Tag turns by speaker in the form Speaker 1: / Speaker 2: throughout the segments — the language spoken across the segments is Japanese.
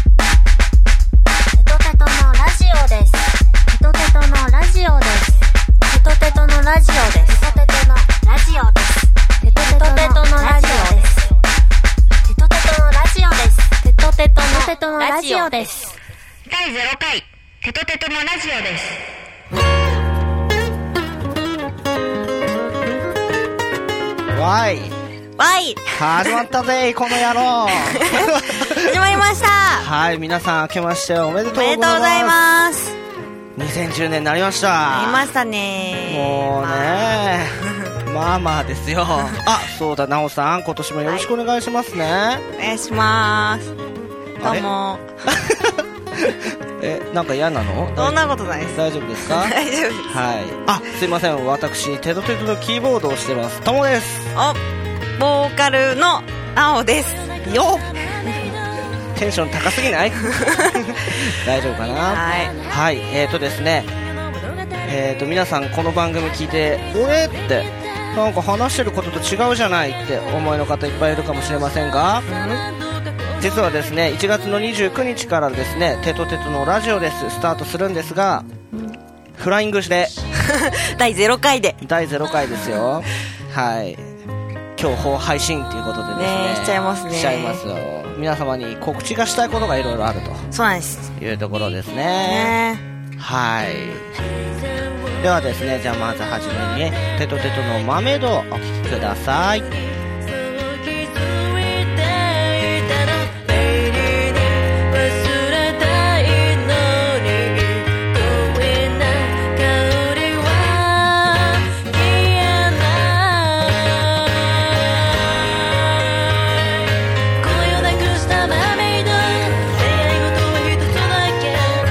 Speaker 1: テトテトのラジオです。テトテトのラジオです。テトテトのラジオです。テトテトのラジオです。テトテトのラジオです。テトテトのラジオです。テトテトのラジオです。
Speaker 2: 第0回、テトテトのラジオです。
Speaker 3: わい
Speaker 4: わい
Speaker 3: 始まったぜこの 野郎
Speaker 4: 始まりま した
Speaker 3: はい皆さん明けましておめで
Speaker 4: お
Speaker 3: とうござ
Speaker 4: めで
Speaker 3: い
Speaker 4: とうござい
Speaker 3: ま
Speaker 4: ます
Speaker 3: す2010年になりました
Speaker 4: ありましたね
Speaker 3: もうねまあまあですよあそうだなおさん今年もよろしくお願いしますね、
Speaker 4: お願いしますど
Speaker 3: あれ
Speaker 4: うも
Speaker 3: えなんか嫌なの
Speaker 4: そんなことないです
Speaker 3: 大丈夫ですか
Speaker 4: 大丈夫です
Speaker 3: はいあすいません私テドテドのキーボードをしてますともです
Speaker 4: おボーカルのなおです
Speaker 3: よっテンション高すぎ ない大丈夫かな
Speaker 4: はい
Speaker 3: はいえーとですねえー、と皆さんこの番組聞いて「俺?」ってなんか話してることと違うじゃないって思いの方いっぱいいるかもしれませんが実はですね1月の29日からですね「テトテトのラジオです」スタートするんですがフライングして
Speaker 4: 第0回で
Speaker 3: 第0回ですよはい今日配信っていうことでですね
Speaker 4: ねえしちゃいますね
Speaker 3: しちゃいますよ皆様に告知がしたいことがいろいろある
Speaker 4: そうなんです
Speaker 3: というところですね
Speaker 4: ね
Speaker 3: はい。ではですね、じゃあまずはじめにね、テトテトの豆道お聴きください。
Speaker 5: 魔法に書かなければ諦められ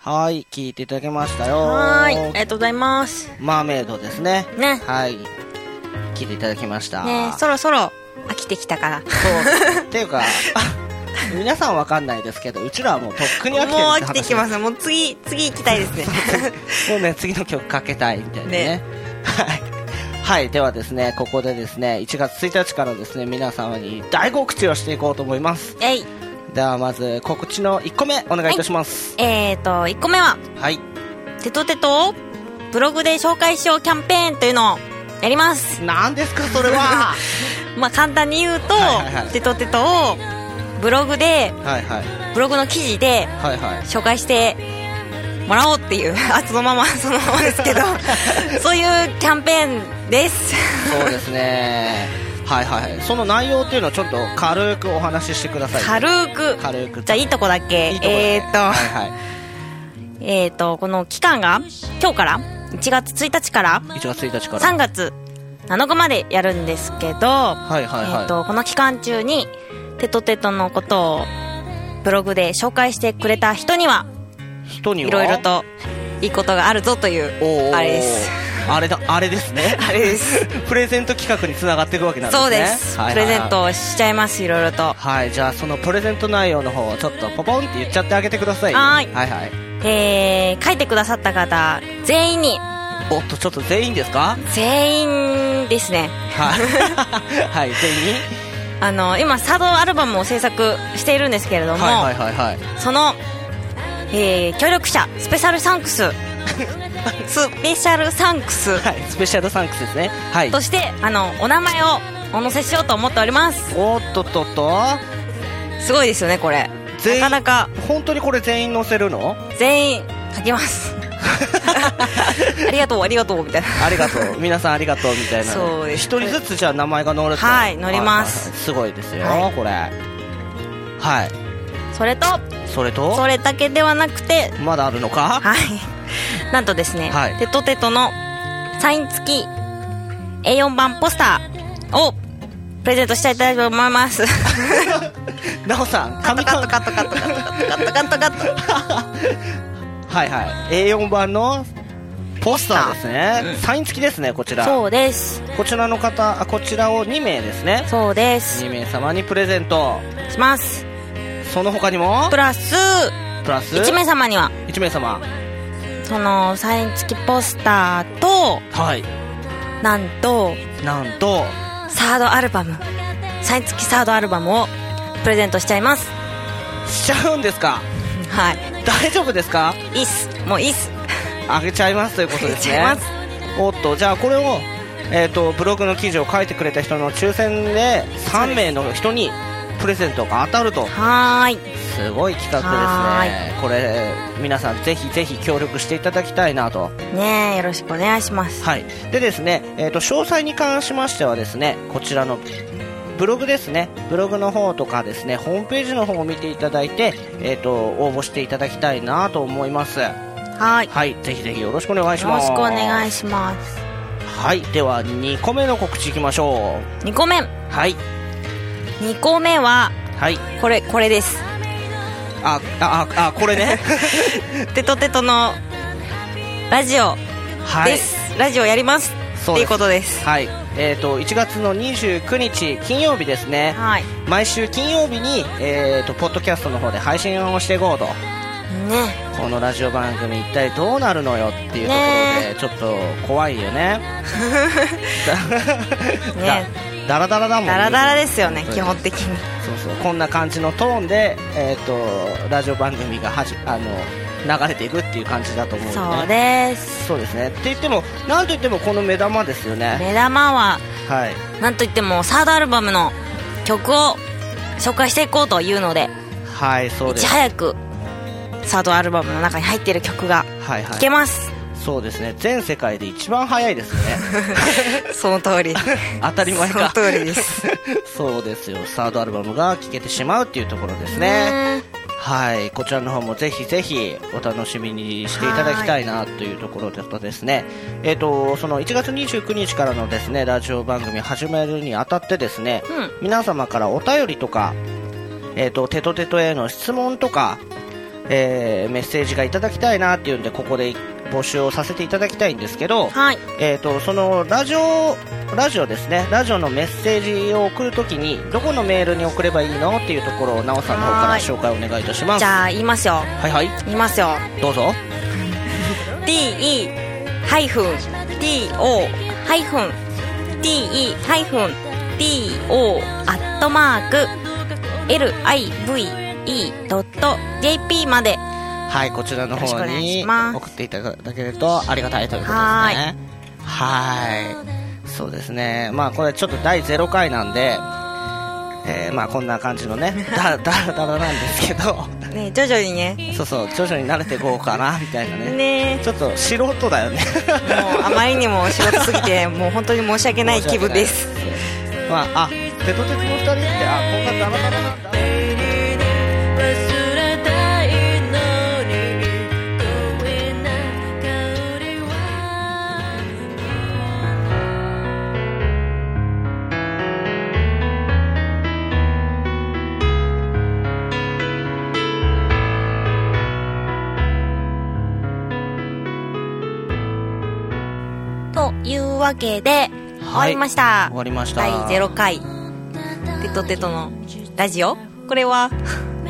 Speaker 3: はい、聞いていただきましたよ。
Speaker 4: はーい。ありがとうございます。
Speaker 3: マーメイドですね。
Speaker 4: ね
Speaker 3: はい。聞いていただきました。
Speaker 4: ねえそろそろ飽きてきたから。も
Speaker 3: そう。っていうか、あ 皆さんわかんないですけど、うちらはもうとっく
Speaker 4: う
Speaker 3: に飽きてるって話
Speaker 4: 飽きてきます。もう次、次行きたい ですね。
Speaker 3: もうね、次の曲かけたいみたいなね。
Speaker 4: ね
Speaker 3: はい。はい。ではですね、ここでですね、1月1日からですね、皆様に大告知をしていこうと思います。
Speaker 4: えい。
Speaker 3: ではまず、告知の1個目、お願いいたします。
Speaker 4: えーと、1個目は、
Speaker 3: はい。
Speaker 4: テトテトをブログで紹介しようキャンペーンというのをやります。
Speaker 3: 何ですか、それは
Speaker 4: まあ簡単に言うと、
Speaker 3: はいはいはい
Speaker 4: テトテトをブログで、
Speaker 3: はいはい。
Speaker 4: ブログの記事で
Speaker 3: はいはい。
Speaker 4: 紹介してもらおうっていう、 あ、そのまま、そのままです けど、そういうキャンペーンです。
Speaker 3: そうですね。はいはい。その内容っていうのをちょっと軽くお話ししてください。
Speaker 4: 軽く。
Speaker 3: 軽く。
Speaker 4: じゃあいいとこだけ。
Speaker 3: いいとこだね
Speaker 4: えーっと、
Speaker 3: はいは
Speaker 4: えーっと、この期間が今日から、1月1日から
Speaker 3: い。1月1日から。
Speaker 4: 3月7日までやるんですけど、
Speaker 3: はいはいはい。
Speaker 4: えー、とこの期間中にテトテトのことをブログで紹介してくれた人には
Speaker 3: 人にはい
Speaker 4: ろいろ。といいことがあるぞとい
Speaker 3: お
Speaker 4: う
Speaker 3: ー
Speaker 4: あれです。
Speaker 3: あれだ、あれですね。
Speaker 4: あれです
Speaker 3: プレゼント企画につながっていくわけなんですね
Speaker 4: そうです、
Speaker 3: はい
Speaker 4: プ
Speaker 3: はい
Speaker 4: レ
Speaker 3: はい
Speaker 4: ゼントをしちゃいますいろいろと
Speaker 3: はいじゃあそのプレゼント内容の方をちょっとポポンって言っちゃってあげてください
Speaker 4: はーい
Speaker 3: はいはい
Speaker 4: えー書いてくださった方全員に
Speaker 3: おっとちょっと全員ですか
Speaker 4: 全員ですね
Speaker 3: はいはい全員
Speaker 4: あの今サードアルバムを制作しているんですけれども、
Speaker 3: はいはいはいはい
Speaker 4: その、えー協力者スペシャルサンクススペシャルサンクス
Speaker 3: はいスペシャルサンクスですねはい
Speaker 4: としてあのお名前をお載せしようと思っております
Speaker 3: おっとっとっと
Speaker 4: すごいですよねこれ
Speaker 3: 全員
Speaker 4: なかなか
Speaker 3: 本当にこれ全員載せるの
Speaker 4: 全員書きます ありがとうありがとうみたいな
Speaker 3: ありが とう皆さんありがとうみたいな
Speaker 4: そうです
Speaker 3: 一人ずつじゃあ名前が載ると
Speaker 4: はい載ります
Speaker 3: はいはいはいすごいですよ、
Speaker 4: は
Speaker 3: これはい
Speaker 4: それと
Speaker 3: それと
Speaker 4: それだけではなくて
Speaker 3: まだあるのか
Speaker 4: はいなんとですね、
Speaker 3: はい
Speaker 4: テトテトのサイン付き A4 版ポスターをプレゼントしたいと思います
Speaker 3: なおさんカ
Speaker 4: カットカットカットカットカットカットカット
Speaker 3: はいはい A4 版のポスターですね、サイン付きですねこちら
Speaker 4: そうです
Speaker 3: こちらの方あこちらを2名ですね
Speaker 4: そうです
Speaker 3: 2名様にプレゼント
Speaker 4: します
Speaker 3: その他にも
Speaker 4: プラス
Speaker 3: プラス
Speaker 4: 1名様には
Speaker 3: 一名様
Speaker 4: そのサイン付きポスターと
Speaker 3: はい
Speaker 4: なんと
Speaker 3: なんと
Speaker 4: サードアルバムサイン付きサードアルバムをプレゼントしちゃいます
Speaker 3: しちゃうんですか
Speaker 4: はい
Speaker 3: 大丈夫ですか
Speaker 4: いいっすもういいっす
Speaker 3: あげちゃいますということですね
Speaker 4: あげち
Speaker 3: おっとじゃあこれをえっ、とブログの記事を書いてくれた人の抽選で3名の人にプレゼントが当たると
Speaker 4: はーい
Speaker 3: すごい企画ですねこれ皆さんぜひぜひ協力していただきたいなと
Speaker 4: ねえよろしくお願いします
Speaker 3: はいでですね、えー、と詳細に関しましてはですねこちらのブログですねブログの方とかですねホームページの方を見ていただいて、えー、と応募していただきたいなと思いますは
Speaker 4: はい
Speaker 3: いぜひぜひよろしくお願いし
Speaker 4: よろ
Speaker 3: ま
Speaker 4: し
Speaker 3: す
Speaker 4: くお願い
Speaker 3: し
Speaker 4: します
Speaker 3: ますはいでは2個目の告知いきましょう
Speaker 4: 2個目
Speaker 3: はい
Speaker 4: 2個目は
Speaker 3: はい
Speaker 4: これこれです
Speaker 3: ああああこ れね
Speaker 4: テトテトのラジオ
Speaker 3: はい
Speaker 4: です、ラジオやります
Speaker 3: そう
Speaker 4: ってい
Speaker 3: です
Speaker 4: うことです
Speaker 3: はいえー、と1月の29日金曜日ですね
Speaker 4: はい
Speaker 3: 毎週金曜日に、えー、とポッドキャストの方で配信をしていこうと
Speaker 4: ね
Speaker 3: このラジオ番組一体どうなるのよっていうところでちょっと怖いよ
Speaker 4: ね
Speaker 3: ねだだらだらだもんね
Speaker 4: ダラダラですよね
Speaker 3: そう
Speaker 4: 基本的に
Speaker 3: そうそうこんな感じのトーンで、えー、とラジオ番組がはじあの流れていくっていう感じだと思う
Speaker 4: そう
Speaker 3: んで、ね、
Speaker 4: です
Speaker 3: そうですねって言ってもなんといってもこの目玉ですよね
Speaker 4: 目玉は
Speaker 3: はい
Speaker 4: なんといってもサードアルバムの曲を紹介していこうというので
Speaker 3: はいそう
Speaker 4: い
Speaker 3: で
Speaker 4: ち
Speaker 3: す
Speaker 4: 早くサードアルバムの中に入っている曲が
Speaker 3: はいは
Speaker 4: 聴
Speaker 3: い
Speaker 4: けます、
Speaker 3: そうですね全世界で一番早いですよ ね
Speaker 4: その通り
Speaker 3: 当たり前か
Speaker 4: その通りです
Speaker 3: そうですよサードアルバムが聴けてしまうっていうところですねはいこちらの方もぜひぜひお楽しみにしていただきたいなというところだとですねえっ、とその1月29日からのですねラジオ番組始めるにあたってですね、
Speaker 4: うん
Speaker 3: 皆様からお便りとかえっ、とテトテトへの質問とかえーメッセージがいただきたいなっていうんでここで募集をさせていただきたいんですけど、
Speaker 4: はい
Speaker 3: えー、とそのラジオラジオですねラジオのメッセージを送るときにどこのメールに送ればいいのっていうところをなおさんの方から
Speaker 4: はい
Speaker 3: 紹介お願いいたします
Speaker 4: じゃあ言いますよ
Speaker 3: はいはい
Speaker 4: 言いますよ
Speaker 3: どうぞ
Speaker 4: DE ハイフン DO ハイフン DE ハイフン DO アットマーク LIVE.jp まで
Speaker 3: はいこちらの
Speaker 4: よろしく
Speaker 3: 方
Speaker 4: お願い
Speaker 3: に
Speaker 4: します
Speaker 3: 送っていただけるとありがたいということですねはいそうですねまあこれちょっと第0回なんでえーまあこんな感じ のねだだらだらなんですけど
Speaker 4: ね徐々にね
Speaker 3: そうそう徐々に慣れていこうかなみたいなね
Speaker 4: ね
Speaker 3: ちょっと素人だよね
Speaker 4: もうあまりにも仕事すぎてもう本当に申し訳ない気分です
Speaker 3: まああテトテトの2人ってあこんなダラダラなんだ
Speaker 4: というわけで終わりました、
Speaker 3: 終わりました
Speaker 4: 第0回テトテトのラジオこれは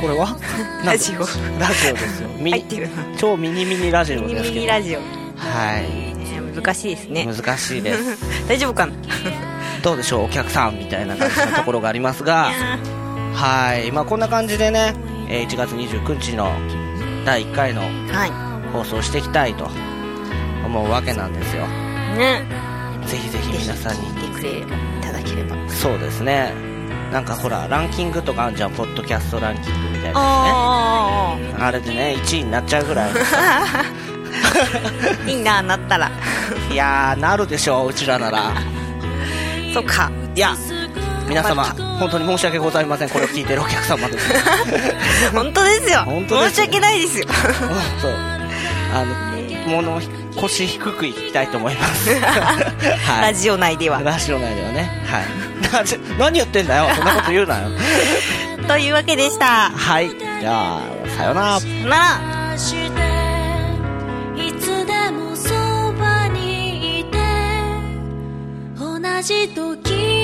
Speaker 3: これは
Speaker 4: ラジオ
Speaker 3: なんだラジオですよミ
Speaker 4: 入
Speaker 3: ニ
Speaker 4: ってるな
Speaker 3: 超ミニミニラジオ
Speaker 4: ミニ
Speaker 3: です
Speaker 4: ミ
Speaker 3: け
Speaker 4: ニ
Speaker 3: ど
Speaker 4: ラジオ、
Speaker 3: は
Speaker 4: ね
Speaker 3: い
Speaker 4: 難しいですね
Speaker 3: 難しいです
Speaker 4: 大丈夫かな
Speaker 3: どうでしょうお客さんみたいな感じのところがありますがはいまあこんな感じでねえー1月29日の第1回の
Speaker 4: は
Speaker 3: 放送をしていきたいと思うわけなんですよ
Speaker 4: いね
Speaker 3: ぜひぜひ皆さんに
Speaker 4: 聞いてくれいただければ
Speaker 3: そうですねなんかほらランキングとかあんじゃんポッドキャストランキングみたいなや
Speaker 4: あ
Speaker 3: つねあれでね1位になっちゃうぐらい
Speaker 4: あいいななったら
Speaker 3: いやーなるでしょううちらなら
Speaker 4: そっか
Speaker 3: いや皆様本当に申し訳ございませんこれを聞いてるお客様です
Speaker 4: 本当ですよ
Speaker 3: 本当です
Speaker 4: 申
Speaker 3: よ
Speaker 4: し訳ないですよ
Speaker 3: 本当あの物を腰低くいきたいと思いますはい
Speaker 4: ラジオ内では
Speaker 3: ラジオ内ではねはいなちょ何言ってんだよそんなこと言うなよ
Speaker 4: というわけでした
Speaker 3: はいじゃあさよなら
Speaker 4: さよなら
Speaker 1: 「いつでもそばにいて」「同じ時